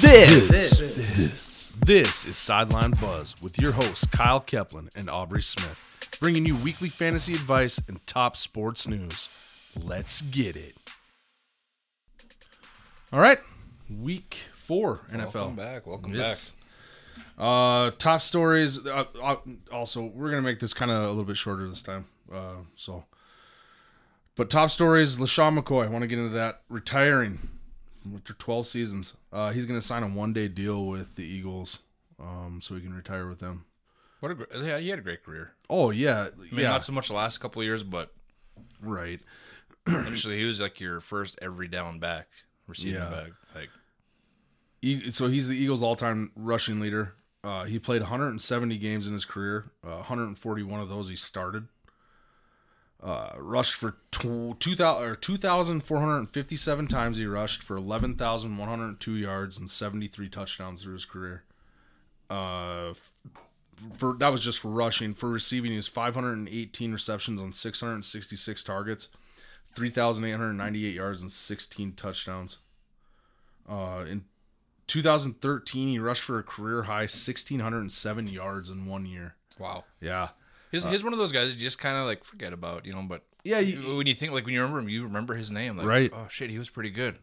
This, this, this, this is Sideline Buzz with your hosts Kyle Keplin and Aubrey Smith, bringing you weekly fantasy advice and top sports news. Let's get it. All right, week four NFL. Welcome back. Welcome Yes. Uh, top stories. Uh, uh, also, we're gonna make this kind of a little bit shorter this time. Uh, so, but top stories. Lashawn McCoy. I want to get into that. Retiring after 12 seasons. Uh, he's gonna sign a one-day deal with the Eagles, um, so he can retire with them. back. What a gr- yeah, he had a great career. Oh yeah, I mean, yeah, not so much the last couple of years, but right. initially he was like your first every down back receiving Yeah. back. Like E- so he's the Eagles' all-time rushing leader. Uh, he played 170 games in his career. Uh, 141 of those he started. Uh, rushed for tw- 2,000 or 2,457 times he rushed for 11,102 yards and 73 touchdowns through his career. Uh, f- for that was just for rushing. For receiving, he was 518 receptions on 666 targets, 3,898 yards and 16 touchdowns. Uh, in 2013, he rushed for a career high 1,607 yards in one year. wow, Yeah. Uh, he's, he's one of those guys you just kind of like forget about, you know. But Yeah, you- when you think like when you remember him, you remember his name. Like, Right. Oh shit, he was pretty good.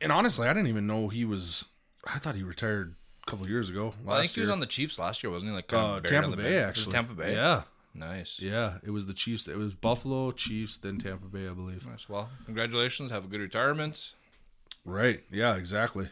And honestly, I didn't even know he was. I thought he retired a couple years ago. Last I think he was year. on the Chiefs last year, wasn't he? Like kind uh, of buried on Tampa Bay, the bench. It was actually. Tampa Bay. Yeah. Nice. Yeah. It was the Chiefs. It was Buffalo, Chiefs, then Tampa Bay, I believe. Nice. Well, congratulations. Have a good retirement. Right. Yeah, exactly.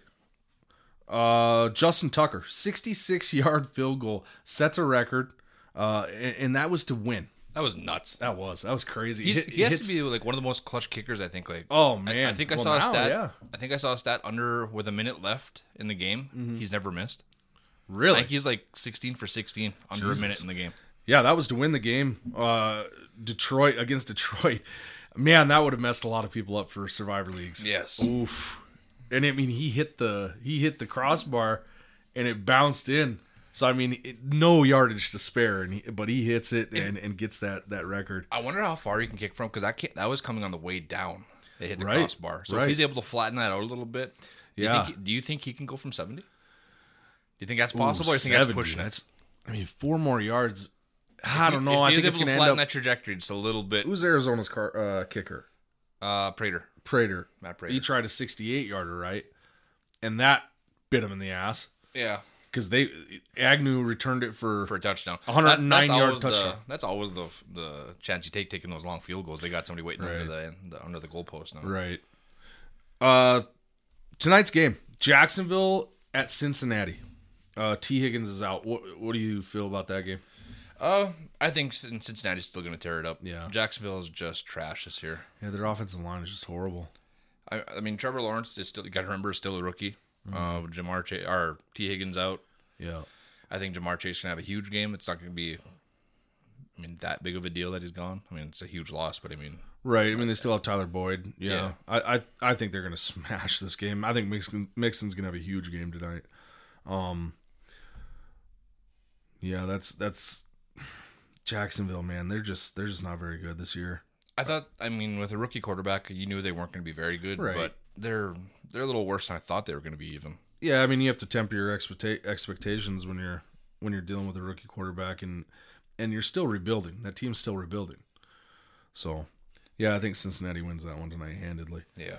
Uh, Justin Tucker, 66 yard field goal, sets a record. Uh, and, and that was to win. That was nuts. That was. That was crazy. He's, Hit- he has hits- to be like one of the most clutch kickers. I think. Like Oh, I- man. I, think I Well, saw now, a stat. yeah. I think I saw a stat under with a minute left in the game. He's never missed. I Mm-hmm. Really? think he's like 16 for 16 under a minute in the game. Yeah, that was to win the game. Uh, Detroit against Detroit. Man, that would have messed a lot of people up for Survivor leagues. Yes. Oof. And I mean, he hit the he hit the crossbar, and it bounced in. So I mean, it, no yardage to spare, and he, but he hits it and, and gets that that record. I wonder how far he can kick from because I can't. That was coming on the way down. It hit the Right, crossbar. So right. if he's able to flatten that out a little bit, do Yeah. You think, he- do you think he can go from 70? Do you think that's Ooh, possible? or do you think 70, that's pushing it? that's- I mean, four more yards. I don't know. If I he was think it's able going to to flatten end up. that trajectory just a little bit. Who's Arizona's car, uh, kicker? Uh, Prater. Prater. Matt He Prater. tried a 68 yarder, right? And that bit him in the ass. Yeah, because they Agnew returned it for, for a touchdown. That- 109 that's yard always the- touchdown. that's always the the chance you take taking those long field goals. They got somebody waiting under the, the under the goalpost now. right. Uh, tonight's game: Jacksonville at Cincinnati. Uh, T. Higgins is out. What What do you feel about that game? Uh, I think Cin- Cincinnati's still going to tear it up. Yeah. Jacksonville is just trash this year. Yeah, their offensive line is just horrible. I, I mean, Trevor Lawrence is still. You got to remember, is still a rookie. Mm-hmm. Uh, Jamar Chase or T Higgins out. Yeah, I think Jamar Chase can have a huge game. It's not going to be. I mean, that big of a deal that he's gone. I mean, it's a huge loss, but I mean, right. I mean, they still have Tyler Boyd. Yeah, Yeah. I, I I think they're gonna smash this game. I think Mixon, Mixon's gonna have a huge game tonight. Um, yeah, that's that's Jacksonville, man. They're just they're just not very good this year. I thought. I mean, with a rookie quarterback, you knew they weren't going to be very good, Right. but they're they're a little worse than I thought they were going to be. Even Yeah, I mean, you have to temper your expecta- expectations when you're when you're dealing with a rookie quarterback, and and you're still rebuilding. That team's still rebuilding. So, yeah, I think Cincinnati wins that one tonight handedly. yeah.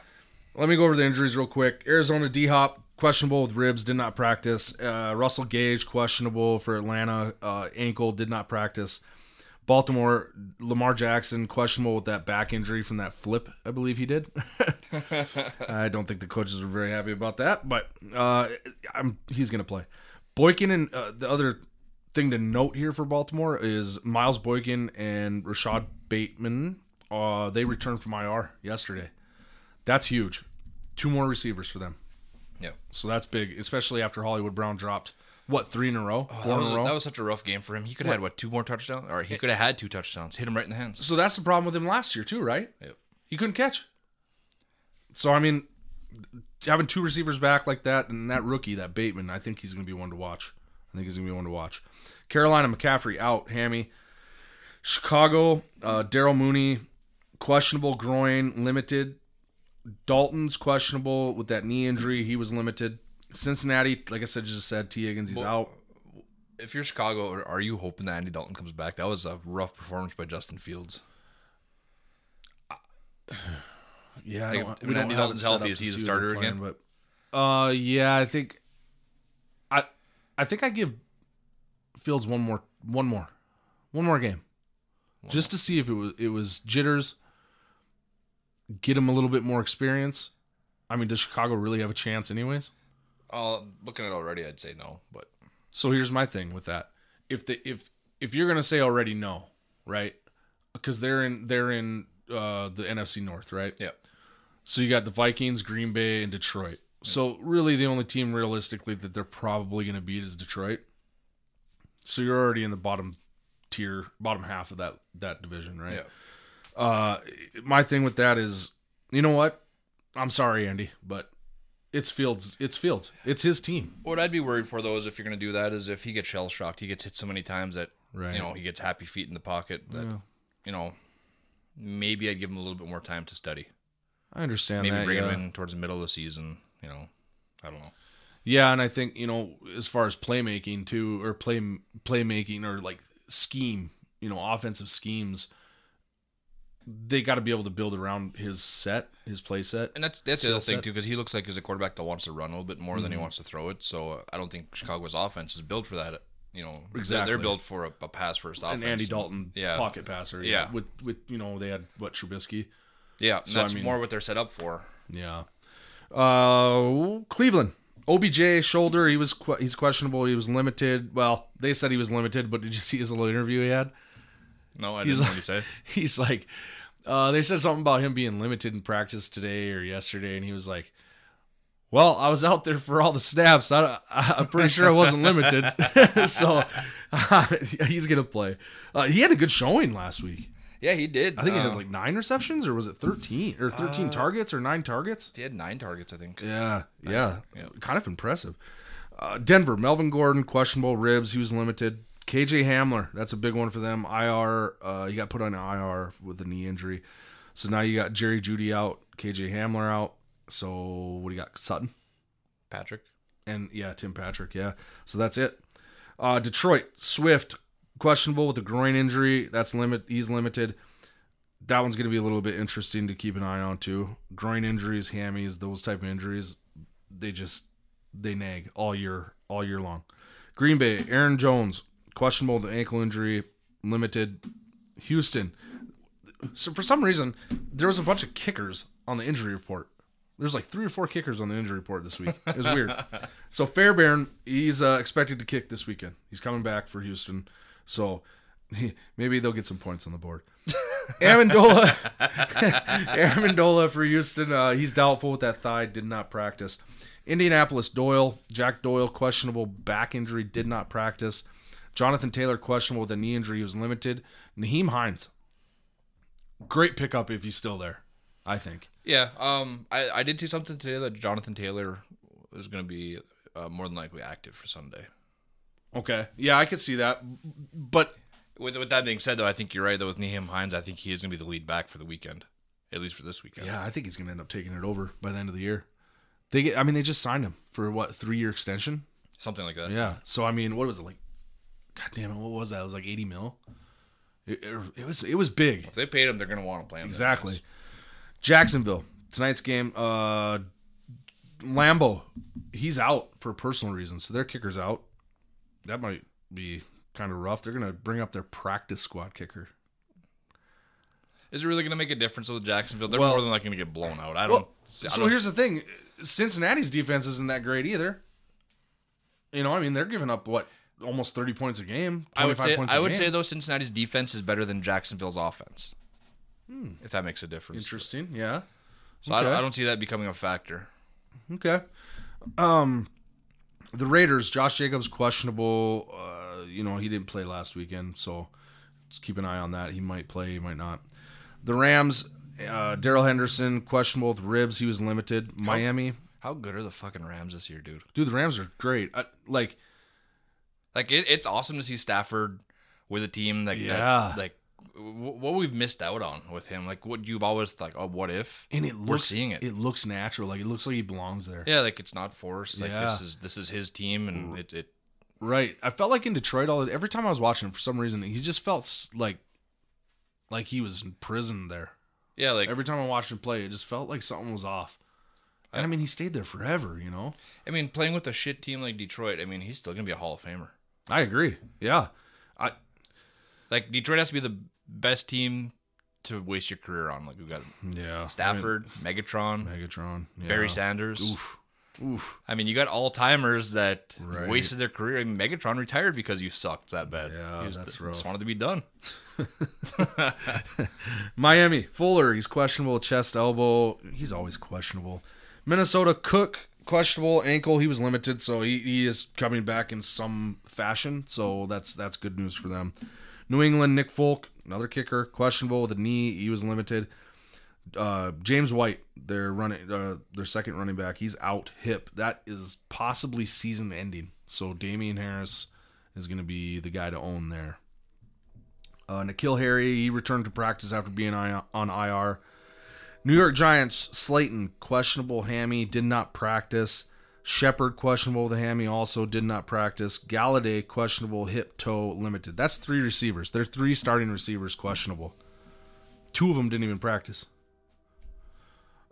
Let me go over the injuries real quick. Arizona D Hop questionable with ribs, did not practice. Uh, Russell Gage questionable for Atlanta, uh, ankle did not practice. Baltimore Lamar Jackson questionable with that back injury from that flip, I believe he did. I don't think the coaches were very happy about that, but uh, I'm he's going to play. Boykin and uh, the other thing to note here for Baltimore is Miles Boykin and Rashad Bateman. Uh, they returned from IR yesterday. That's huge. Two more receivers for them, Yeah, so that's big, especially after Hollywood Brown dropped what three in a row, four Oh, that was, in a row. that was such a rough game for him. He could have had what two more touchdowns, or he could have had two touchdowns. Hit him right in the hands. so that's the problem with him last year too, right? Yep. He couldn't catch. So I mean, having two receivers back like that and that rookie, that Bateman, I think he's going to be one to watch. I think he's going to be one to watch. Carolina McCaffrey out, hammy. Chicago, uh, Daryl Mooney, questionable groin, limited. Dalton's questionable with that knee injury. He was limited. Cincinnati, like I said, just said T. Higgins, he's Well- out. If you're Chicago, are- are you hoping that Andy Dalton comes back? That was a rough performance by Justin Fields. Yeah, I Like, don't, if- we when don't Andy have Dalton's it set healthy, up is to he the see who starter they're playing, again? But uh, yeah, I think I I think I give Fields one more one more one more game just to see if it was it was jitters. Get him a little bit more experience. I mean, does Chicago really have a chance, anyways? Uh, looking at it already, I'd say no, but So here's my thing with that. If the if if you're gonna say already no, right? Because they're in they're in uh, the NFC North, right? yeah. So you got the Vikings, Green Bay, and Detroit. So really, the only team realistically that they're probably going to beat is Detroit. So you're already in the bottom tier, bottom half of that that division, right? Yeah. Uh, my thing with that is, you know what? I'm sorry, Andy, but it's Fields. It's Fields. It's his team. What I'd be worried for though is if you're going to do that is if he gets shell shocked, he gets hit so many times that Right. you know he gets happy feet in the pocket that Yeah. you know maybe I'd give him a little bit more time to study. I understand Maybe that. bring yeah. him in towards the middle of the season. You know, I don't know. Yeah, and I think you know, as far as playmaking too, or play playmaking or like scheme, you know, offensive schemes, they got to be able to build around his set, his play set. And that's that's the Skill other thing set. Mm-hmm. too because he looks like he's a quarterback that wants to run a little bit more than he wants to throw it. So uh, I don't think Chicago's offense is built for that. You know, They're- Exactly. They're built for a, a pass first offense. And Andy Dalton, Yeah. pocket passer, Yeah. With with you know, they had what Trubisky, Yeah, and So, I that's mean- more what they're set up for. yeah. Uh, Cleveland, OBJ shoulder, he was que- he's questionable. He was limited. Well, they said he was limited, but did you see his little interview he had? No, I didn't know what he said. he's like, uh, they said something about him being limited in practice today or yesterday, and he was like, "Well, I was out there for all the snaps. I, I, am pretty sure I wasn't limited, so he's gonna play." Uh, he had a good showing last week. Yeah, he did. Um, I think he had like nine receptions, or was it thirteen or thirteen targets or nine targets? he had nine targets. I think. Yeah, yeah, yeah. kind of impressive. Uh, Denver, Melvin Gordon, questionable ribs. He was limited. KJ Hamler, that's a big one for them. IR, uh, he got put on IR with a knee injury. So now you got Jerry Judy out, KJ Hamler out. So what do you got? Sutton Patrick. and yeah, Tim Patrick. Yeah, so that's it. Uh, Detroit Swift questionable with a groin injury. That's limit. He's limited. That one's going to be a little bit interesting to keep an eye on too. Groin injuries, hammies, those type of injuries, they just they nag all year, all year long. Green Bay, Aaron Jones questionable with an ankle injury, limited. Houston. So for some reason, there was a bunch of kickers on the injury report. There's like three or four kickers on the injury report this week. It was weird. so Fairbairn, he's uh, expected to kick this weekend. He's coming back for Houston, so maybe they'll get some points on the board. Amendola, Amendola for Houston. Uh, he's doubtful with that thigh. Did not practice. Indianapolis Doyle, Jack Doyle, questionable back injury. Did not practice. Jonathan Taylor, questionable with a knee injury. He was limited. Naheem Hines, great pickup if he's still there. I think. Yeah. Um. I I did see something today that Jonathan Taylor is going to be uh, more than likely active for Sunday. Okay. Yeah, I could see that. But With with that being said, though, I think you're right. Though with Nahim Hines, I think he is going to be the lead back for the weekend, at least for this weekend. yeah, I think he's going to end up taking it over by the end of the year. They get. I mean, they just signed him for what three year extension. Something like that. Yeah. So I mean, what was it like? God damn it! What was that? It was like eighty mil. It, it, it was it was big. If they paid him, they're going to want to play him. Exactly. Jacksonville tonight's game. Uh, Lambo, he's out for personal reasons, so their kicker's out. That might be kind of rough. They're gonna bring up their practice squad kicker. Is it really going to make a difference with Jacksonville? They're Well- more than likely going to get blown out. I don't. Well, I so don't- here's the thing: Cincinnati's defense isn't that great either. You know, I mean, they're giving up what almost thirty points a game. I would 25 say points I a would game. say though Cincinnati's defense is better than Jacksonville's offense. If that makes a difference. Hmm. interesting. Yeah. So I don't- Okay. I don't see that becoming a factor. Okay. Um, the Raiders, Josh Jacobs questionable. Uh, you know he didn't play last weekend, so just keep an eye on that. He might play, he might not. The Rams, uh, Daryl Henderson questionable with ribs. He was limited. Miami, How good are the fucking Rams this year, dude? dude, the Rams are great. I, like, Like it, it's awesome to see Stafford with a team that, that- Yeah. like wh- what we've missed out on with him. Like what you've always like, oh, what if? and it looks We're seeing it. It looks natural. Like it looks like he belongs there. Yeah, like it's not forced. Like this Yeah. is this is his team, and it, it Right. I felt like in Detroit all every time I was watching him for some reason he just felt s- like like he was in prison there. yeah, like Every time I watched him play, it just felt like something was off. And I mean, he stayed there forever, you know. I mean, playing with a shit team like Detroit, I mean, he's still gonna be a Hall of Famer. I agree. Yeah. I Like Detroit has to be the best team to waste your career on. Like we've got yeah. Stafford, Megatron, I mean, Megatron, yeah. Barry Sanders. Oof. Oof. I mean, you got all timers that Right. wasted their career. I mean, Megatron retired because you sucked that bad. Yeah, He was- that's rough. Just wanted to be done. Miami Fuller, he's questionable chest elbow. He's always questionable. Minnesota Cook questionable ankle. He was limited, so he, he is coming back in some fashion. So that's that's good news for them. New England Nick Folk, another kicker questionable with a knee. He was limited. Uh, James White, their running uh, their second running back, he's out hip. That is possibly season ending. So Damian Harris is going to be the guy to own there. Uh, Nikhil Harry, he returned to practice after being I- on IR. New York Giants, Slayton, questionable hammy, did not practice. Shepard, questionable with a hammy, also did not practice. Galladay, questionable hip toe, limited. That's three receivers. They're three starting receivers, questionable. Two of them didn't even practice.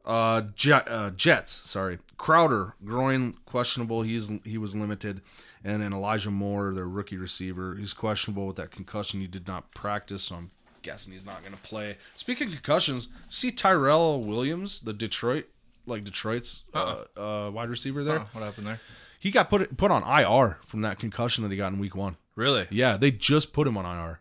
Uh, Je- uh, Jets, sorry. Crowder, groin, questionable. He's he was limited, and then Elijah Moore, their rookie receiver, he's questionable with that concussion. He did not practice, so I'm guessing he's not going to play. Speaking of concussions, see Tyrell Williams, the Detroit, like Detroit's uh uh, wide receiver there. Huh, what happened there? He got put put on IR from that concussion that he got in week one. Really? Yeah, they just put him on IR.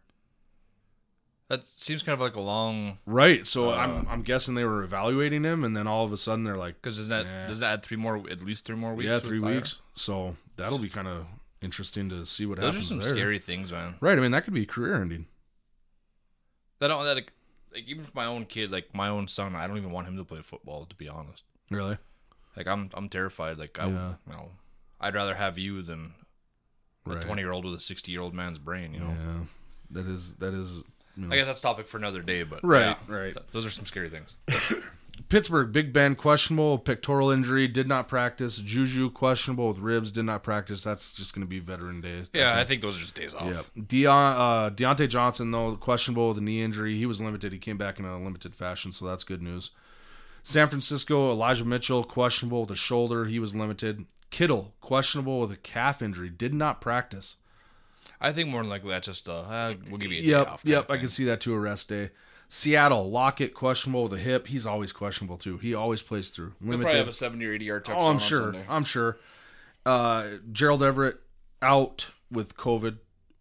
That seems kind of like a long. Right, so I'm I'm guessing they were evaluating him, and then all of a sudden they're like, Because doesn't that Yeah. doesn't that add three more at least three more weeks? yeah, with three fire? weeks. So that'll be kind of interesting to see what Those are happens some there. scary things, man. Right. I mean, that could be career ending. That don't that like, like even for my own kid, like my own son, I don't even want him to play football. To be honest, Really? like I'm I'm terrified. Like I, Yeah. you know, I'd rather have you than a Right. 20 year old with a 60 year old man's brain. You know, Yeah. That is that is. You know. I guess that's topic for another day. But Right, yeah. right. Th- Those are some scary things. Pittsburgh Big Ben questionable pectoral injury did not practice. Juju questionable with ribs did not practice. That's just going to be Veteran Day. Yeah, I think those are just days off. Yeah. Deion, uh, Deontay Johnson, though, questionable with a knee injury. He was limited. He came back in a limited fashion, so that's good news. San Francisco, Elijah Mitchell, questionable with a shoulder. He was limited. Kittle, questionable with a calf injury. Did not practice. I think more than likely that's just uh, uh we'll give you a Yep. day off. kind yep. of I can thing. see that to a rest day. Seattle, Lockett, questionable with a hip. He's always questionable, too. He always plays through. We'll Limited. probably have a 70 or 80 yard touchdown. Oh, I'm on sure. Sunday. I'm sure. Uh, Gerald Everett out with COVID.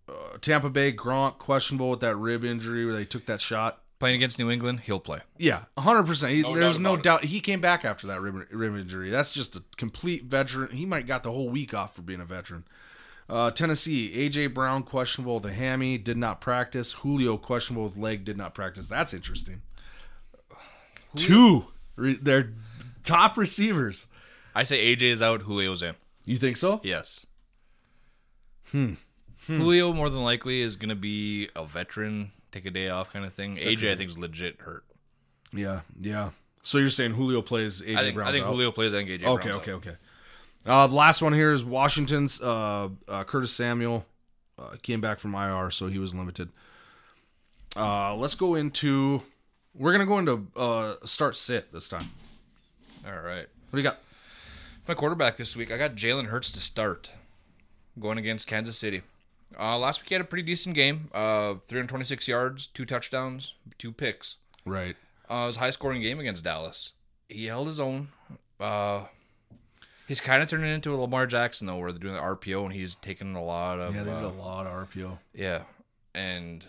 Uh, Tampa Bay Gronk questionable with that rib injury where they took that shot. Playing against New England, he'll play. Yeah, 100%. He, No there's doubt no about it. doubt he came back after that rib, rib injury. That's just a complete veteran. He might got the whole week off for being a veteran. Uh, Tennessee, AJ Brown questionable with a hammy, did not practice. Julio questionable with leg, did not practice. That's interesting. Two, re- their top receivers. I say AJ is out, Julio's in. You think so? Yes. Hmm. Julio more than likely is going to be a veteran, take a day off kind of thing. AJ I think is legit hurt. Yeah, yeah. So you're saying Julio plays AJ I think Brown's I think out? Julio plays. I think AJ. okay, Brown's okay, out. okay. Uh, the last one here is Washington's uh, uh, Curtis Samuel uh, came back from IR, so he was limited. Uh, let's go into. We're gonna go into uh, start sit this time. All right. What do you got? My quarterback this week, I got Jalen Hurts to start, going against Kansas City. Uh, last week he had a pretty decent game. Uh, 326 yards, two touchdowns, two picks. Right. Uh, it was a high scoring game against Dallas. He held his own. Uh, he's kind of turning into a Lamar Jackson though, where they're doing the RPO and he's taking a lot of Yeah, they did uh, a lot of RPO. yeah. And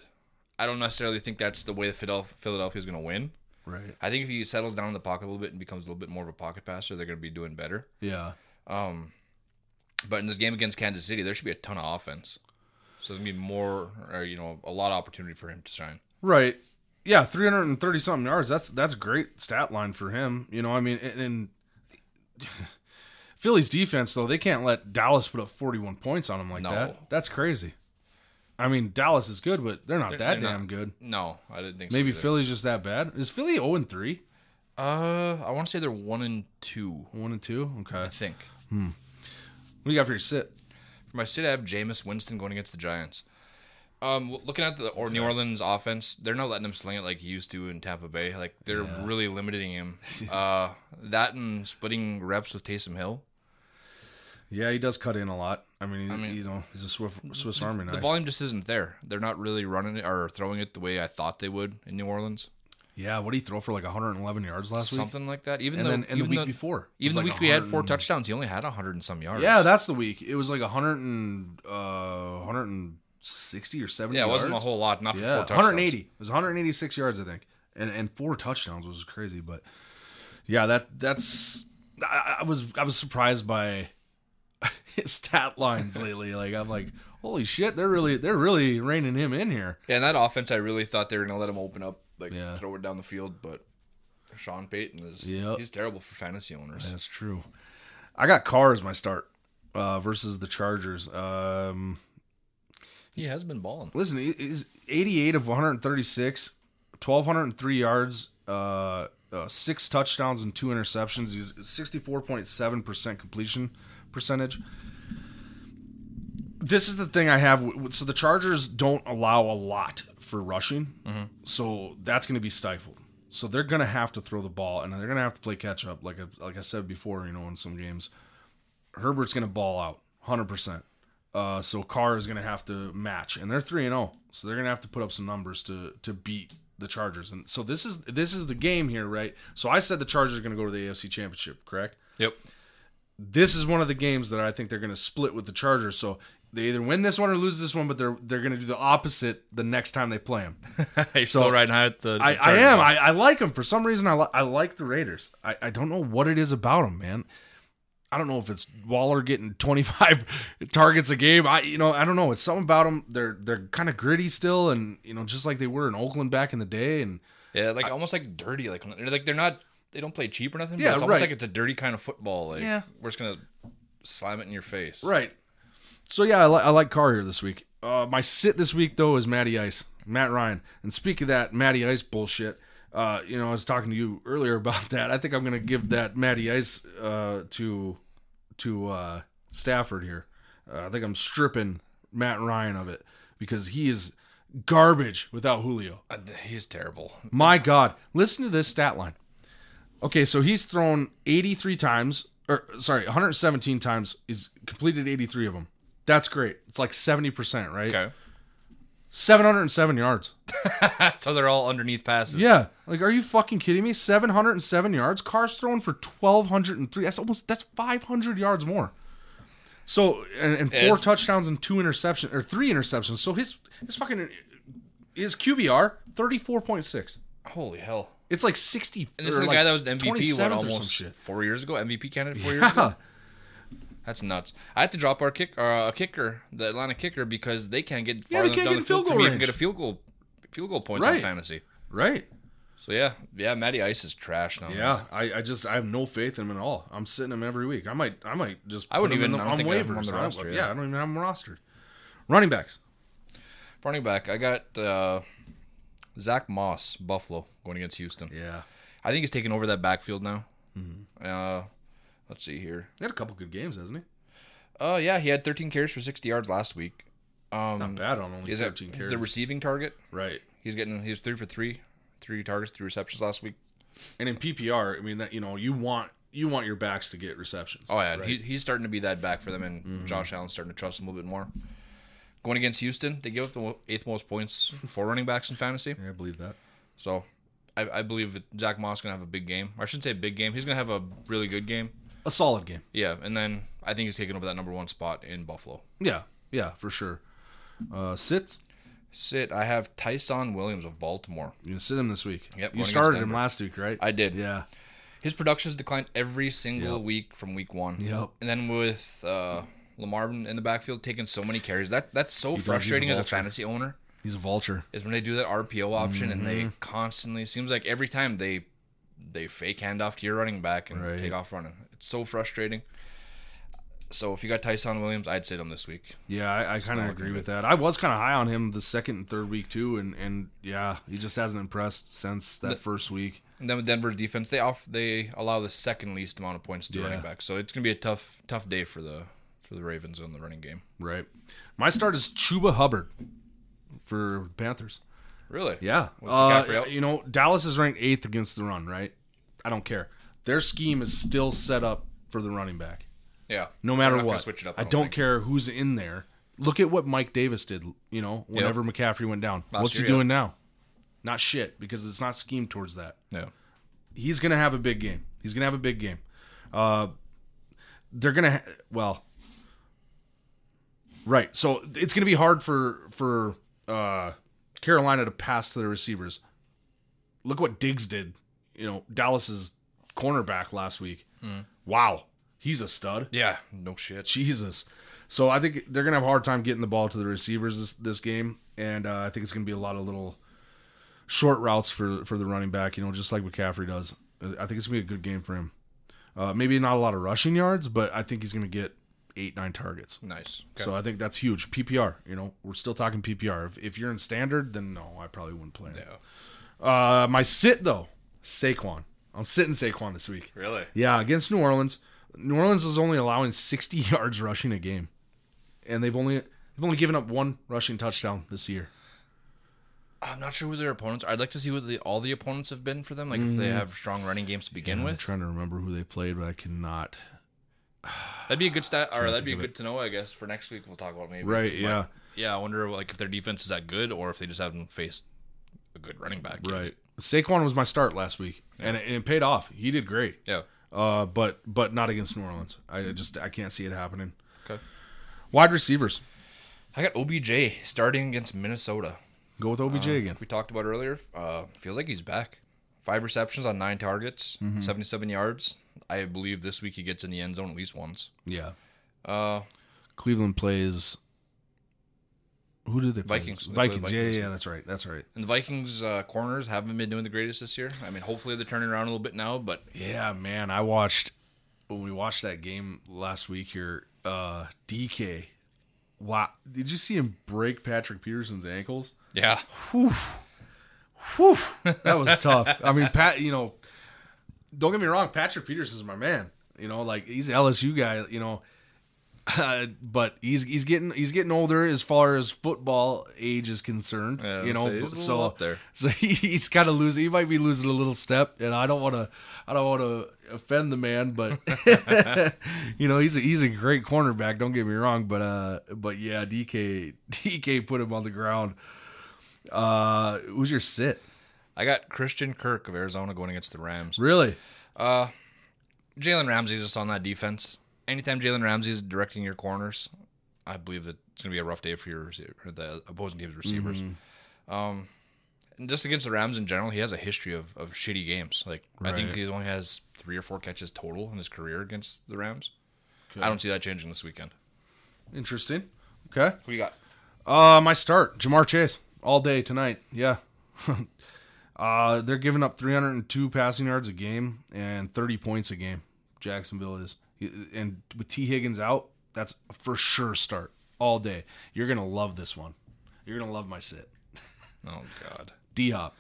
I don't necessarily think that's the way that Philadelphia Philadelphia's going to win. Right. I think if he settles down in the pocket a little bit and becomes a little bit more of a pocket passer, they're going to be doing better. Yeah. Um, but in this game against Kansas City, there should be a ton of offense. So there's gonna be more, or, you know, a lot of opportunity for him to shine. Right. Yeah, 330 something yards. That's that's great stat line for him. You know, I mean, and, and Philly's defense though, they can't let Dallas put up 41 points on them like No. that. That's crazy. I mean, Dallas is good, but they're not They're- that they're damn not- good. No, I didn't think Maybe so. either. Philly's just that bad. Is Philly 0 and 3? Uh, I want to say they're one and two. 1 and 2? Okay. I think. What do you got for your sit? For my city, I have Jameis Winston going against the Giants. Um, w- looking at the or New Orleans offense, they're not letting him sling it like he used to in Tampa Bay. Like they're really limiting him. uh, that and splitting reps with Taysom Hill. Yeah, he does cut in a lot. I mean, he, mean- you know, he's a Swiss, Swiss Army The knife. volume just isn't there. They're not really running it or throwing it the way I thought they would in New Orleans. yeah, what did he throw for like 111 yards last week? Something like that. Even And though, then and the even week though- before. it even was the like week we had four 100 touchdowns, he only had hundred and some yards. Yeah, that's the week. It was like 100 and, uh, 160 or 70 yeah, it wasn't a yards. whole lot. Not for Yeah, four touchdowns. 180. It was 186 yards, I think, and and four touchdowns, which is crazy. But yeah, that that's I, I was I was surprised by his stat lines lately. Like I'm like, holy shit, they're really they're really reining him in here. Yeah, and that offense, I really thought they were going to let him open up, like Yeah. throw it down the field, but Sean Payton is Yep. he's terrible for fantasy owners. That's true. I got Carr as my start uh, versus the Chargers. Um, He has been balling. listen, he- he's 88 of 136, 1203 yards, uh, uh, six touchdowns and two interceptions. He's 64.7% completion percentage. This is the thing I have. w- w- So the Chargers don't allow a lot for rushing, so that's going to be stifled. So they're going to have to throw the ball, and they're going to have to play catch up. Like I, like I said before, you know, in some games, Herbert's going to ball out 100%. Uh, so Carr is going to have to match, and they're three and zero, so they're going to have to put up some numbers to to beat the Chargers. And so this is this is the game here, right? So I said the Chargers are going to go to the AFC Championship, correct? Yep. This is one of the games that I think they're going to split with the Chargers. So they either win this one or lose this one, but they're they're going to do the opposite the next time they play them. He's still riding high at the. I, I am. I, I like them for some reason. I li- I like the Raiders. I, I don't know what it is about them, man. I don't know if it's Waller getting 25 targets a game. I you know I don't know. It's something about them. They're they're kind of gritty still, and you know just like they were in Oakland back in the day. And yeah, like almost like dirty. Like they're like they're not. They don't play cheap or nothing. Yeah, but it's almost right. like it's a dirty kind of football. Like Yeah. we're just gonna slam it in your face. right. So yeah, I, li- I like Carr here this week. Uh, my sit this week though is Matty Ice, Matt Ryan. And speak of that Matty Ice bullshit, uh, you know I was talking to you earlier about that. I think I'm gonna give that Matty Ice uh, to to uh, Stafford here. Uh, I think I'm stripping Matt Ryan of it because he is garbage without Julio. Uh, th- he's terrible. My God, listen to this stat line. Okay, so he's thrown 83 times, or sorry, 117 times. He's completed 83 of them. That's great. It's like 70%, right? Okay. 707 yards. so they're all underneath passes. Yeah. Like, are you fucking kidding me? 707 yards. Car's thrown for 1,203. That's almost, that's 500 yards more. So, and, and four It's- touchdowns and two interceptions, or three interceptions. So his, his fucking, his QBR, 34.6. Holy hell. It's like 60. And this is or a like guy that was the MVP what, 27th or some almost shit. four years ago. MVP candidate four years ago. Yeah. That's nuts. I had to drop our kick, uh, a kicker, the Atlanta kicker, because they can't get Yeah, they far can't down get the in field field to goal even range. get a field goal, field goal points on Right. fantasy. Right. So yeah, yeah, Matty Ice is trash now. Yeah. I, I just I have no faith in him at all. I'm sitting him every week. I might I might just I wouldn't put him even- in I don't the, on think I have him on waivers. the I don't- roster, yeah. yeah. I don't even have him rostered. Running backs. running back. I got uh, Zach Moss, Buffalo, going against Houston. Yeah. Mm-hmm. I think he's taking over that backfield now. Uh, let's see here. He had a couple good games, hasn't he? Oh yeah, he had 13 carries for 60 yards last week. Um, Not bad on only is that 13 he's carries. the receiving target? right. He's getting he's three for three, three targets, three receptions last week. And in PPR, I mean that you know, you want you want your backs to get receptions. Oh yeah, he, he's starting to be that back for them, and Josh Allen's starting to trust him a little bit more. Going against Houston, they give up the mo- eighth most points for running backs in fantasy. Yeah, I believe that. So, I, I believe that Zach Moss gonna have a big game. I shouldn't say a big game. He's gonna have a really good game. A solid game. Yeah, and then I think he's taking over that number one spot in Buffalo. Yeah. Yeah, for sure. Uh sits. Sit. I have Tyson Williams of Baltimore. You're gonna sit him this week. Yep, You going started against him Denver. last week, right? I did. yeah. His production's declined every single week from week one. Yep. And then with uh, Lamarvin in the backfield taking so many carries, that that's so a frustrating as a vulture. fantasy owner. He's a vulture. is when they do that RPO option and Mm-hmm. they constantly seems like every time they they fake handoff to your running back and Right. take off running. It's so frustrating. So if you got Tyson Williams, I'd sit him this week. Yeah, I, I kind not of looking agree with that. I was kind of high on him the second and third week too, and and yeah, he just hasn't impressed since that first week. And then with Denver's defense, they off they allow the second least amount of points to Yeah. running back. So it's gonna be a tough tough day for the for the Ravens on the running game. Right. My start is Chuba Hubbard for the Panthers. Really? Yeah. With McCaffrey Uh, out? you know, Dallas is ranked eighth against the run, right? I don't care. Their scheme is still set up for the running back, Yeah. no matter not gonna what. switch it up, I, I don't don't think. care who's in there. Look at what Mike Davis did, you know, whenever McCaffrey went down. What's year, he yeah. doing now? Not shit, because it's not schemed towards that Yeah. he's gonna have a big game. He's gonna have a big game. Uh, they're gonna ha- well, right. So it's gonna be hard for for uh, Carolina to pass to their receivers. Look what Diggs did. You know Dallas's cornerback last week. Wow, he's a stud. Yeah. No shit. Jesus. So I think they're gonna have a hard time getting the ball to the receivers this, this game, and uh, I think it's gonna be a lot of little short routes for for the running back. You know, just like McCaffrey does. I think it's gonna be a good game for him. Uh, maybe not a lot of rushing yards, but I think he's gonna get eight nine targets. Nice. Okay. So I think that's huge. PPR. You know, we're still talking PPR. If, if you're in standard, then no, I probably wouldn't play him. yeah. Uh, my sit though, Saquon. I'm sitting Saquon this week. Really? Yeah, against New Orleans. New Orleans is only allowing 60 yards rushing a game, and they've only they've only given up one rushing touchdown this year. I'm not sure who their opponents. Are. I'd like to see what the, all the opponents have been for them. Like if they Mm-hmm. have strong running games to begin I'm with. trying to remember who they played, but I cannot. That'd be a good stat, or that'd be think of good to know, I guess. For next week, we'll talk about maybe. Right? But, Yeah. Yeah, I wonder like if their defense is that good, or if they just haven't faced a good running back. yet. Right. Saquon was my start last week, and, it, and it paid off. He did great. Yeah. Uh, but but not against New Orleans. I just I can't see it happening. Okay. Wide receivers. I got OBJ starting against Minnesota. Go with OBJ again. We talked about earlier. Uh, feel like he's back. Five receptions on nine targets, Mm-hmm. 77 yards. I believe this week he gets in the end zone at least once. Yeah. Uh, Cleveland plays. Who did they play? Vikings. They play Vikings. Yeah, Vikings. yeah, yeah. That's right. That's right. and the Vikings uh, corners haven't been doing the greatest this year. I mean, hopefully they're turning around a little bit now, but Yeah, man, I watched when we watched that game last week here. Uh, DK, wow, did you see him break Patrick Peterson's ankles? yeah, Whew, that was tough. I mean, Pat, you know, don't get me wrong, Patrick Peterson's my man. You know, like he's an LSU guy. You know, uh, but he's he's getting he's getting older as far as football age is concerned. Yeah, you know, so he's a little so up there. so he, he's kind of losing. He might be losing a little step, and I don't want to I don't want to offend the man, but you know he's a, he's a great cornerback. Don't get me wrong, but uh, but yeah, DK DK put him on the ground. Uh, who's your sit? I got Christian Kirk of Arizona going against the Rams. Really? Jalen Ramsey's just on that defense. Anytime Jalen Ramsey is directing your corners, I believe that it's going to be a rough day for your receiver, or the opposing team's receivers. Um, and just against the Rams in general, he has a history of, of shitty games. Like I think Right. he only has three or four catches total in his career against the Rams. I don't see that changing this weekend. Interesting. Okay. Who you got? Uh, my start, Jamar Chase, all day tonight. Yeah. uh, they're giving up 302 passing yards a game and 30 points a game. Jacksonville is, and with T Higgins out, that's a for sure start all day. You're gonna love this one. You're gonna love my sit. Oh God, D Hop.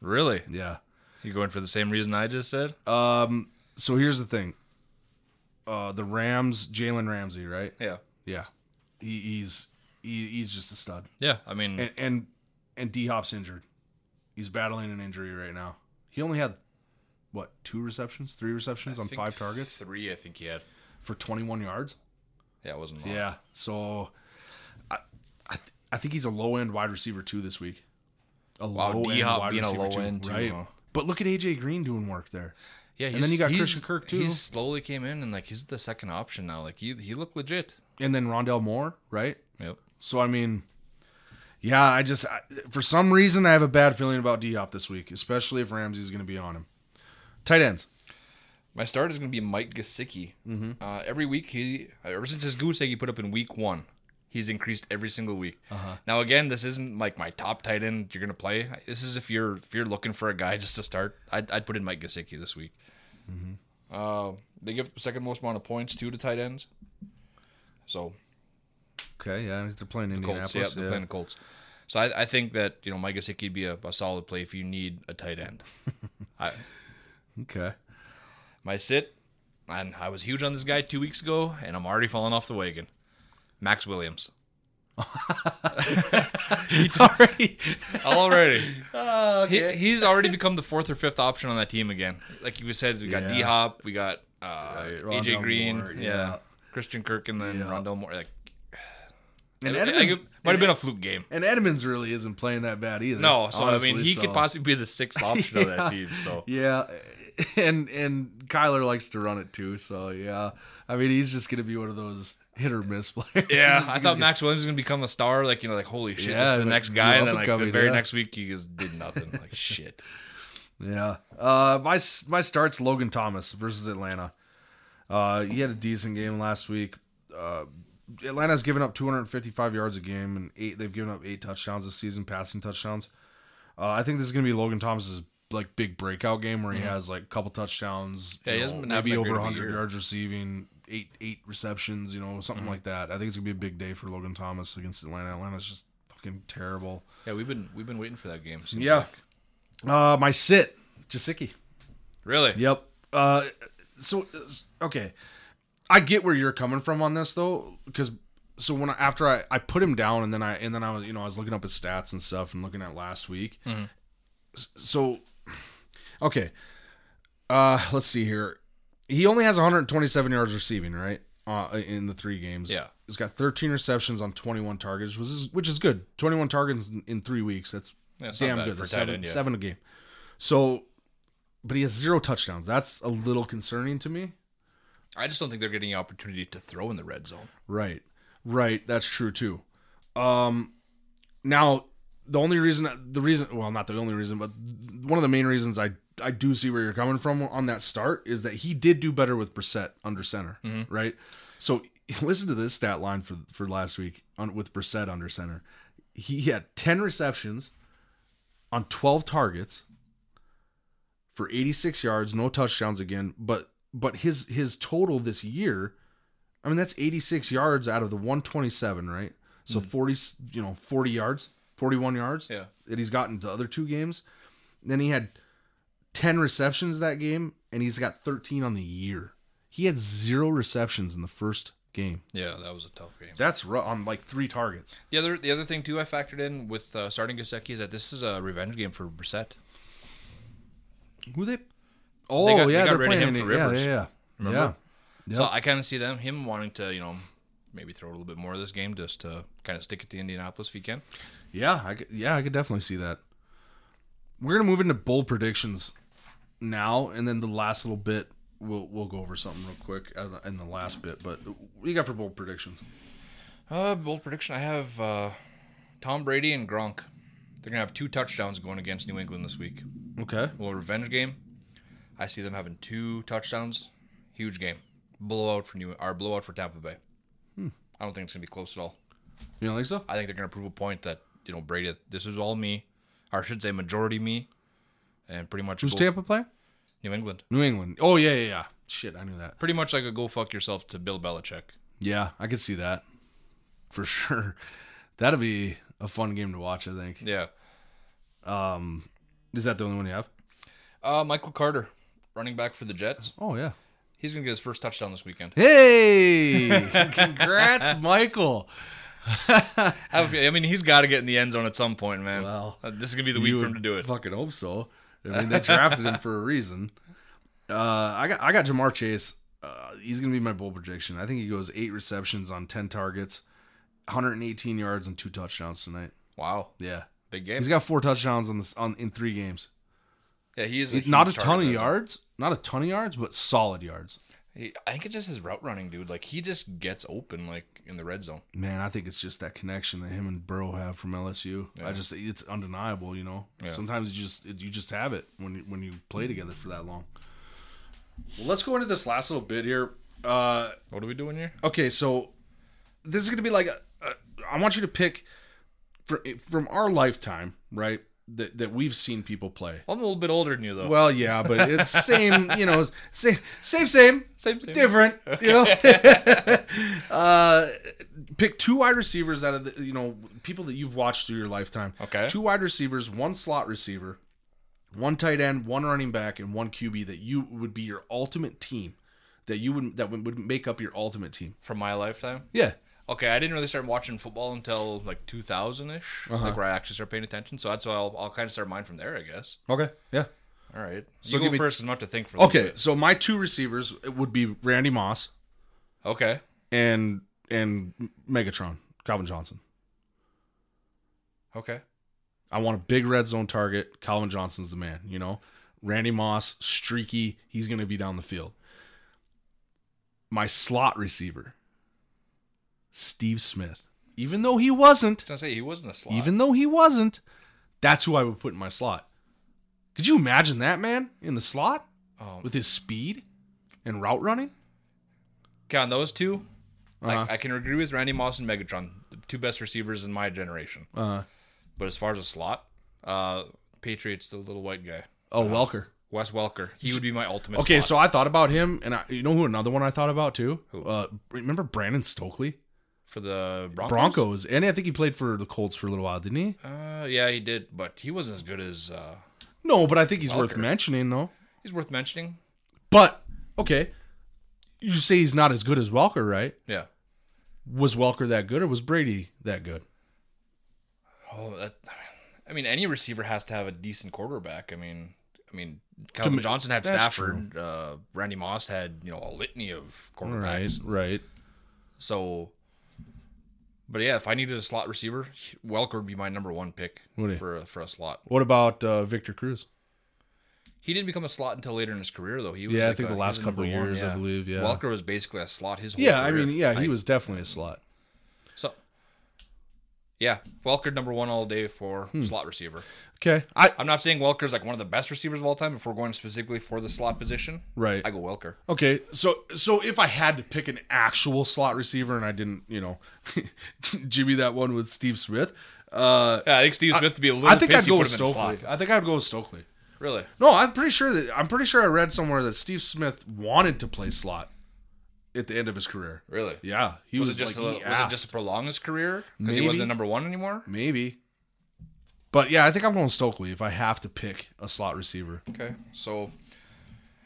really? Yeah. You going for the same reason I just said? Um. So here's the thing. Uh, the Rams, Jalen Ramsey, right? yeah, Yeah. He, he's he, he's just a stud. yeah. I mean, and and, and D Hop's injured. He's battling an injury right now. He only had what two receptions, three receptions I on think five targets Three, I think he had. for 21 yards. Yeah, it wasn't. long. Yeah, so I I, th- I think he's a low end wide receiver too this week. A Wow, low end D-Hop wide being a receiver low too, end too, right? huh? But look at AJ Green doing work there. Yeah, And then you got Christian Kirk, too. He slowly came in and like he's the second option now. Like he he looked legit. And then Rondell Moore, right? Yep. So I mean, yeah, I just I, for some reason I have a bad feeling about D Hop this week, especially if Ramsey's going to be on him. Tight ends. My start is going to be Mike Gesicki. Mm-hmm. Uh, every week he ever since his goose egg he put up in week one, he's increased every single week. Uh-huh. Now again, this isn't like my top tight end you're going to play. This is if you're if you're looking for a guy just to start. I'd, I'd put in Mike Gesicki this week. Mm-hmm. Uh, they give second most amount of points too to tight ends. So Okay, yeah, they're playing the Colts, Indianapolis. yeah, they're yeah. playing the Colts. So I, I think that you know Mike Gesicki would be a, a solid play if you need a tight end. I, Okay. my sit, and I was huge on this guy two weeks ago, and I'm already falling off the wagon. Max Williams Already. already. Oh, He- okay. he's already become the fourth or fifth option on that team again. Like you said, we got Yeah. D Hop, we got uh, Rondell AJ Green, Moore, yeah. yeah. Christian Kirk, and then Yeah. Rondell Moore. Like, and I- I- Edmonds, it might have been a fluke game. and Edmonds really isn't playing that bad either. No, so I mean, honestly, he so- could possibly be the sixth option of Yeah. that team. So Yeah, and and Kyler likes to run it too. So yeah, I mean, he's just gonna be one of those hit or miss players. yeah, He's I gonna- thought Max Williams was gonna become a star. Like you know, like holy shit, Yeah, this is the but next he's guy. up And then and like coming, the very yeah. next week, he just did nothing. Like shit. Yeah. Uh, my s- my starts Logan Thomas versus Atlanta. Uh, he had a decent game last week. Uh, Atlanta's given up 255 yards a game and eight. They've given up eight touchdowns this season, passing touchdowns. Uh, I think this is gonna be Logan Thomas's like big breakout game where he has like a couple touchdowns. Mm-hmm. Yeah, you he hasn't know, been having maybe that over great of a 100 year. yards receiving, eight eight receptions, you know, something Mm-hmm. like that. I think it's gonna be a big day for Logan Thomas against Atlanta. Atlanta's just fucking terrible. Yeah, we've been we've been waiting for that game. seems Yeah. like. Uh, my sit, Jasicki. really. Yep. Uh, so uh, okay, I get where you're coming from on this though, because so when I, after I, I put him down and then I and then I was you know I was looking up his stats and stuff and looking at last week. Mm-hmm. S- So, okay, uh, let's see here. He only has 127 yards receiving, right? Uh, in the three games, Yeah. he's got 13 receptions on 21 targets, which is which is good. 21 targets in, in three weeks. That's That's not damn bad good. for That's tight seven, end, yeah. seven a game. So, but he has zero touchdowns. That's a little concerning to me. I just don't think they're getting the opportunity to throw in the red zone. Right, right. That's true too. Um, now the only reason, the reason, well, not the only reason, but one of the main reasons I I do see where you're coming from on that start is that he did do better with Brissett under center, Mm-hmm. right? So listen to this stat line for for last week on with Brissett under center. He had ten receptions on twelve targets for 86 yards, no touchdowns again, but but his his total this year I mean, that's 86 yards out of the 127, right? So 40, you know, 40 yards, 41 yards Yeah. that he's gotten the other two games. Then he had 10 receptions that game, and he's got 13 on the year. He had zero receptions in the first game. Yeah, that was a tough game. That's ru- on like three targets. The other the other thing too I factored in with uh, starting Gasecki is that this is a revenge game for Brissett. Who they? Oh got- they yeah, got they are rid of playing him in for it. Yeah, Rivers. yeah, yeah. Remember? Yeah. So Yep. I kind of see them him wanting to you know maybe throw a little bit more of this game just to kind of stick it to Indianapolis if he can. Yeah, I could, yeah, I could definitely see that. We're gonna move into bold predictions now, and then the last little bit we'll we'll go over something real quick at the- in the last bit. But what you got for bold predictions? Uh, bold prediction I have uh, Tom Brady and Gronk. They're gonna have two touchdowns going against New England this week. Okay, Well, revenge game. I see them having two touchdowns. Huge game. Blowout for New our blowout for Tampa Bay. Hmm. I don't think it's gonna be close at all. you don't think so? I think they're going to prove a point that you know Brady. This is all me, or I should say majority me, and pretty much Who's go- Tampa playing? New England. New England. Oh yeah, yeah, yeah. Shit, I knew that. Pretty much like a go fuck yourself to Bill Belichick. Yeah, I could see that for sure. That'd be a fun game to watch. I think. Yeah. Um, is that the only one you have? Uh, Michael Carter, running back for the Jets. Oh yeah. He's going to get his first touchdown this weekend. Hey, congrats, Michael. I have a feeling- I mean, he's got to get in the end zone at some point, man. Well, Uh, this is going to be the week for him would to do it. Fucking hope so. I mean, they drafted him for a reason. Uh, I got I got Jamar Chase. Uh, he's gonna be my bold prediction. I think he goes eight receptions on ten targets, 118 yards and two touchdowns tonight. Wow, Yeah, big game. he's got four touchdowns on this on in three games. yeah, he is a not a huge ton target of in the end yards, not a ton of yards, but solid yards. zone. He- I think it's just his route running, dude. Like he just gets open, like in the red zone. Man, I think it's just that connection that him and Burrow have from LSU. I just it's undeniable, you know. Sometimes you just you just have it when you, when you play together for that long. Well, let's go into this last little bit here. Uh, What are we doing here? okay, so this is gonna be like a, a, I want you to pick for, from our lifetime, right? that that we've seen people play. I'm a little bit older than you though. Well, yeah, but it's same, you know, same, same, same, same, same. different. You know, uh, pick two wide receivers out of the, you know people that you've watched through your lifetime. Okay. two wide receivers, one slot receiver, one tight end, one running back, and one QB that you would be your ultimate team. That you would that would would make up your ultimate team. From my lifetime. Yeah, Okay, I didn't really start watching football until like 2000 ish, Uh-huh. like where I actually started paying attention. So that's why I'll, I'll kind of start mine from there, I guess. Okay. Yeah. All right. So So you give go me- first, 'cause I'm not to think for. a little Okay. bit. So my two receivers would be Randy Moss Okay. and and Megatron, Calvin Johnson. Okay. I want a big red zone target. Calvin Johnson's the man, you know. Randy Moss, streaky, he's going to be down the field. My slot receiver, Steve Smith. Even though he wasn't, I was gonna say he wasn't a slot. even though he wasn't, that's who I would put in my slot. Could you imagine that man in the slot um, with his speed and route running? okay, on those 2 Uh-huh. I, I can agree with Randy Moss and Megatron, the two best receivers in my generation. Uh, But as far as a slot, uh, Patriots, the little white guy, oh, Welker. Wes Welker, he would be my ultimate. Okay, uh-huh. slot. so I thought about him, and I, you know who another one I thought about too? Uh, remember Brandon Stokely? for the Broncos. Broncos. And I think he played for the Colts for a little while, didn't he? Uh, yeah, he did, but he wasn't as good as. Uh, No, but I think he's worth Welker. mentioning, though. he's worth mentioning. But, okay, you say he's not as good as Welker, right? Yeah. Was Welker that good or was Brady that good? Oh, that. I mean, any receiver has to have a decent quarterback. I mean, I mean, Calvin me- Johnson had that's Stafford. Uh, Randy Moss had you know a litany of quarterbacks. Right, right. So, but yeah, if I needed a slot receiver, Welker would be my number one pick Would he? for a, for a slot. What about uh, Victor Cruz? He didn't become a slot until later in his career, though. He was Yeah, I like think a- the he last was a couple number one, years, I believe, yeah. Welker was basically a slot his whole Yeah, I career. mean, yeah, he Like, was definitely a slot. so. Yeah, Welker number one all day for Hmm. slot receiver. Okay, I I'm not saying Welker's like one of the best receivers of all time. If we're going specifically for the slot position, right. I go Welker. Okay, so so if I had to pick an actual slot receiver and I didn't, you know, Jimmy that one with Steve Smith, uh, Yeah, I think Steve Smith would be a little. I think pissed I'd you go put with him in the Stokely. I think I'd go with Stokely. slot. Really? No, I'm pretty sure that I'm pretty sure I read somewhere that Steve Smith wanted to play slot at the end of his career. Really? Yeah, he Was was, it just like, to, he was it asked. just to prolong his career because he wasn't Maybe. the number one anymore? maybe. But yeah, I think I'm going Stokely if I have to pick a slot receiver. Okay, so all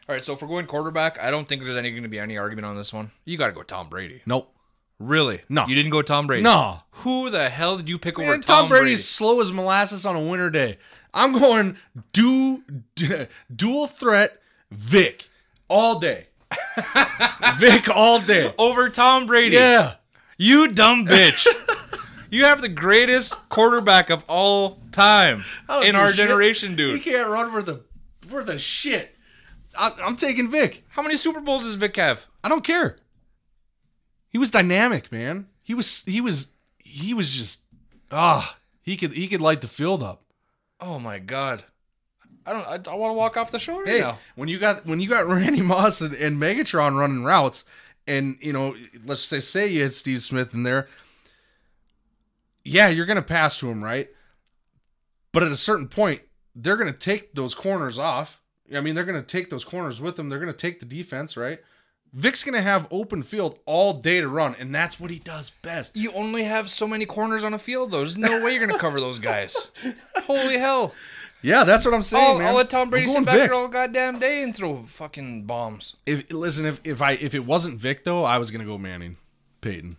right, so if we're going quarterback, I don't think there's any going to be any argument on this one. You got to go Tom Brady. Nope. Really? No. You didn't go Tom Brady. No. Who the hell did you pick over Man, Tom, Tom Brady's Brady? slow as molasses on a winter day. I'm going du- d- dual threat Vic all day. Vic all day. Over Tom Brady. Yeah. You dumb bitch. you have the greatest quarterback of all time I don't in give a our shit. generation, dude. He can't run worth a worth a shit. I, I'm taking Vic. How many Super Bowls does Vic have? I don't care. He was dynamic, man. He was he was he was just ah he could he could light the field up. Oh my god. I don't. I, I want to walk off the show right Hey, now. when you got when you got Randy Moss and, and Megatron running routes, and you know, let's say say you had Steve Smith in there, yeah, you're gonna pass to him, right? But at a certain point, they're gonna take those corners off. I mean, they're gonna take those corners with them. They're gonna take the defense, right? Vic's gonna have open field all day to run, and that's what he does best. You only have so many corners on a field, though. There's no way you're gonna cover those guys. Holy hell! Yeah, that's what I'm saying, I'll, man. I'll let Tom I'm Brady going sit back Vic. here all goddamn day and throw fucking bombs. If, listen, if if I if it wasn't Vic though, I was gonna go Manning, Peyton.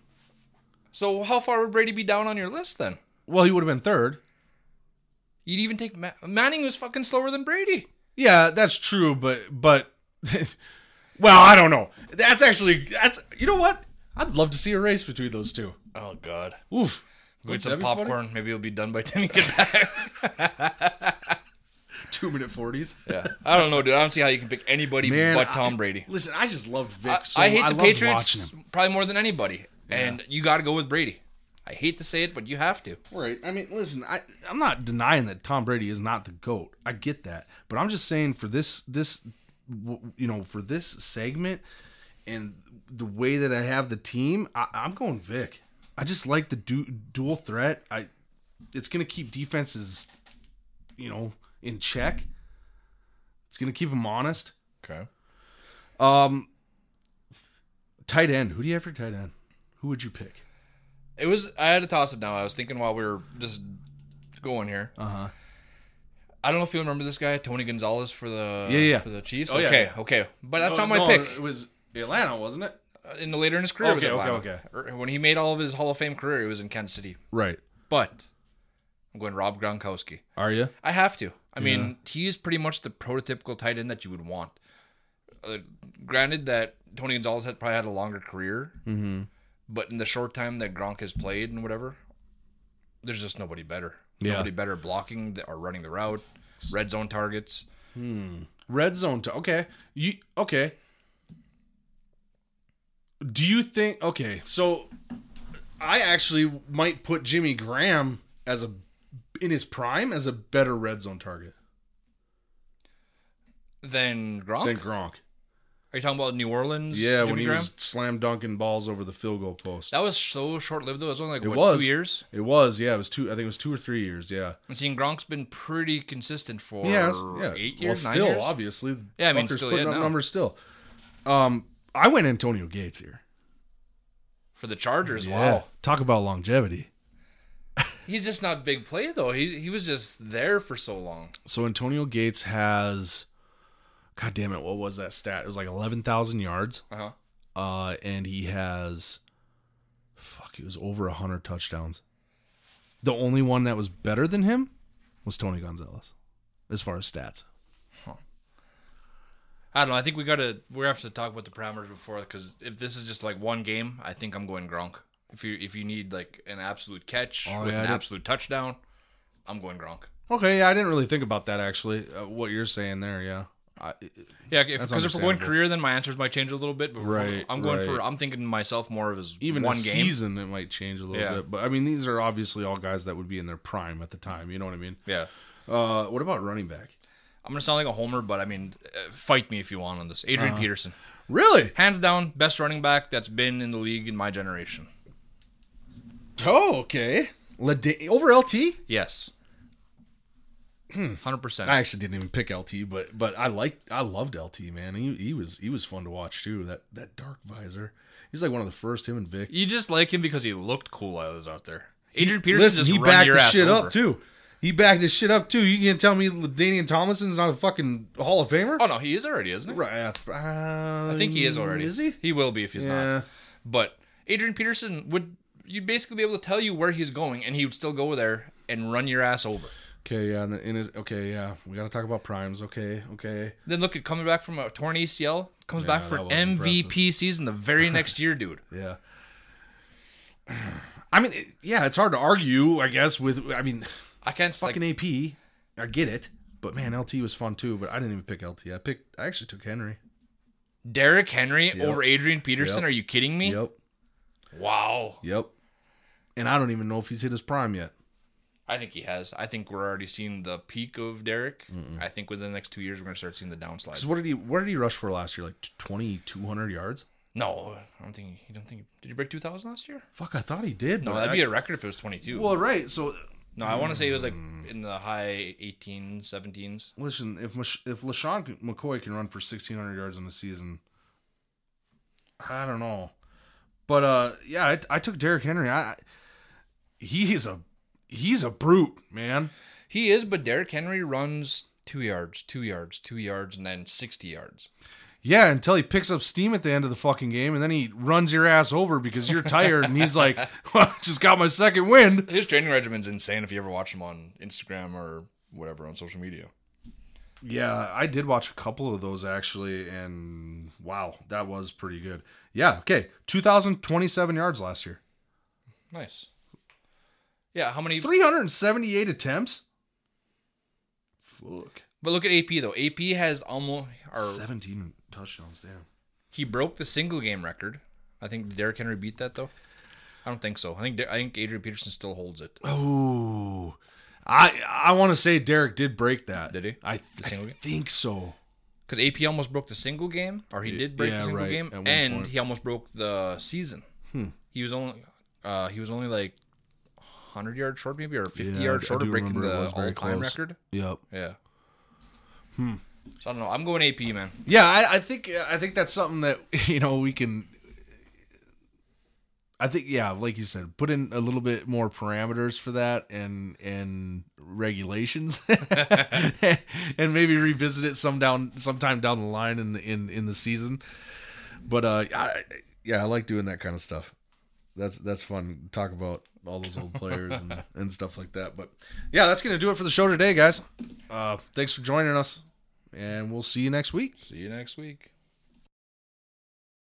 So how far would Brady be down on your list then? Well, he would have been third. You'd even take Ma- Manning was fucking slower than Brady. Yeah, that's true, but but well, I don't know. That's actually that's you know what? I'd love to see a race between those two. Oh god. Oof. Go Wouldn't get that some be funny? popcorn. Maybe it'll be done by time you get back. Two minute forties. yeah. I don't know, dude. I don't see how you can pick anybody but Tom Brady. Listen, I just loved Vic. I, so I hate the loved watching Patriots him. probably more than anybody, and you got to go with Brady. I hate to say it, but you have to. Right. I mean, listen, I I'm not denying that Tom Brady is not the goat. I get that, but I'm just saying for this this w- you know for this segment and the way that I have the team, I, I'm going Vic. I just like the du- dual threat. I it's gonna keep defenses you know in check. It's going to keep him honest. Okay. Um, tight end. Who do you have for tight end? Who would you pick? It was. I had a toss up. Now I was thinking while we were just going here. Uh huh. I don't know if you remember this guy, Tony Gonzalez for the Yeah, yeah. for the Chiefs. Oh, yeah, okay, yeah. okay, but that's not my pick. It was Atlanta, wasn't it? in the later in his career. it was Okay, okay, Atlanta. Or When he made all of his Hall of Fame career, it was in Kansas City. Right. But I'm going Rob Gronkowski. Are you? I have to. I mean, he is pretty much the prototypical tight end that you would want. Uh, granted that Tony Gonzalez had probably had a longer career, Mm-hmm. but in the short time that Gronk has played and whatever, there's just nobody better. Yeah. Nobody better blocking the, or running the route, red zone targets. Red zone. To, okay. You okay? Do you think? Okay, so I actually might put Jimmy Graham as a in his prime as a better red zone target Then Gronk. than Gronk. Are you talking about New Orleans? Yeah, Jimmy when he Graham? was slam dunking balls over the field goal post. That was so short lived though. It was only like It what, was. two years. It was, yeah, it was two. I think it was two or three years. Yeah, I'm seeing Gronk's been pretty consistent for yeah, that's- yeah. eight Well, years, nine still, years. obviously, Yeah, I mean, fucker's still, putting yeah, up no. numbers still. Um, I went Antonio Gates here. for the Chargers. Yeah. Wow, talk about longevity. he's just not big play though. He he was just there for so long. So Antonio Gates has, god damn it, what was that stat? It was like eleven thousand yards, Uh huh. uh, and he has, fuck, it was over hundred touchdowns. The only one that was better than him was Tony Gonzalez, as far as stats. I don't know. I think we gotta we have to talk about the parameters before because if this is just like one game, I think I'm going Gronk. If you if you need like an absolute catch Oh, with yeah, I an did- absolute touchdown, I'm going Gronk. Okay, yeah, I didn't really think about that actually. Uh, what you're saying there, yeah. I, Yeah, because if, we're going understandable. career, then my answers might change a little bit. But before- Right, I'm going for right. I'm thinking myself more of as even one a game. season, it might change a little Yeah. bit. But I mean, these are obviously all guys that would be in their prime at the time. You know what I mean? Yeah. Uh, what about running back? I'm gonna sound like a homer, but I mean, uh, fight me if you want on this. Adrian Uh-huh. Peterson, Really? hands down, best running back that's been in the league in my generation. Oh, okay. Lada- over LT? Yes, Hmm. hundred percent. I actually didn't even pick LT, but but I liked I loved LT man. He he was he was fun to watch too. That that dark visor. He's like one of the first. Him and Vic. You just like him because he looked cool. I was out there. Adrian Peterson just he run backed your this ass shit over. up too. He backed this shit up too. You can't tell me Danian Tomlinson's not a fucking Hall of Famer. Oh no, he is already, isn't he? Right. Uh, I think he is already. Is he? He will be if he's Yeah. not. But Adrian Peterson would you'd basically be able to tell you where he's going, and he would still go there and run your ass over. Okay. Yeah. And the, in his, okay. Yeah. We got to talk about primes. Okay. Okay. Then look at coming back from a torn ACL, comes back Yeah, for that was MVP season the very next year, dude. Yeah. I mean, it- yeah. It's hard to argue. I guess with. I mean, I can't like, fucking AP. I get it. But man, LT was fun too. But I didn't even pick LT. I picked. I actually took Henry. Derrick Henry over Adrian Peterson. Yep. Are you kidding me? Yep. Wow. Yep. And I don't even know if he's hit his prime yet. I think he has. I think we're already seeing the peak of Derrick. I think within the next two years we're gonna start seeing the downslide. Because what did he? What did he rush for last year? Like twenty two hundred yards. No, I don't think you don't think did you break two thousand last year? Fuck, I thought he did. No, but that'd I- be a record if it was twenty two. well, Mm. right. So No, I want to say it was like in the high 18s, 17s. listen, if Mash- if Lashawn McCoy can run for sixteen hundred yards in the season, I don't know. But uh, yeah, I, I took Derrick Henry. I I- he's a he's a brute, man. He is, but Derrick Henry runs two yards, two yards, two yards, and then 60 yards. Yeah, until he picks up steam at the end of the fucking game, and then he runs your ass over because you're tired, and he's like, well, I "Just got my second wind." His training regimen's insane if you ever watch him on Instagram or whatever on social media. Yeah, I did watch a couple of those actually, and wow, that was pretty good. Yeah, okay, two thousand twenty-seven yards last year, Nice. Yeah, how many? three hundred and seventy-eight attempts. Fuck, But look at AP though. AP has almost, or seventeen touchdowns, damn. he broke the single game record. I think Derrick Henry beat that though. I don't think so. I think Der- I think Adrian Peterson still holds it. Oh, I I want to say Derek did break that. Did he? I The single game? think so. Because AP almost broke the single game, or he did break yeah, the single right, game, at one and point. Hmm. he almost broke the season. He was only uh, he was only like hundred yard short, maybe or fifty Yeah, yard I short of do breaking remember it the was very all time close. record. Yep. Yeah. Hmm. So I don't know. I'm going AP, man. Yeah, I, I think I think that's something that you know we can. I think yeah, like you said, put in a little bit more parameters for that and and regulations, and maybe revisit it some down sometime down the line in the, in in the season. But uh, I, yeah, I like doing that kind of stuff. That's that's fun. Talk about all those old players and, and stuff like that. But yeah, that's gonna do it for the show today, guys. Uh, thanks for joining us, and we'll see you next week. See you next week.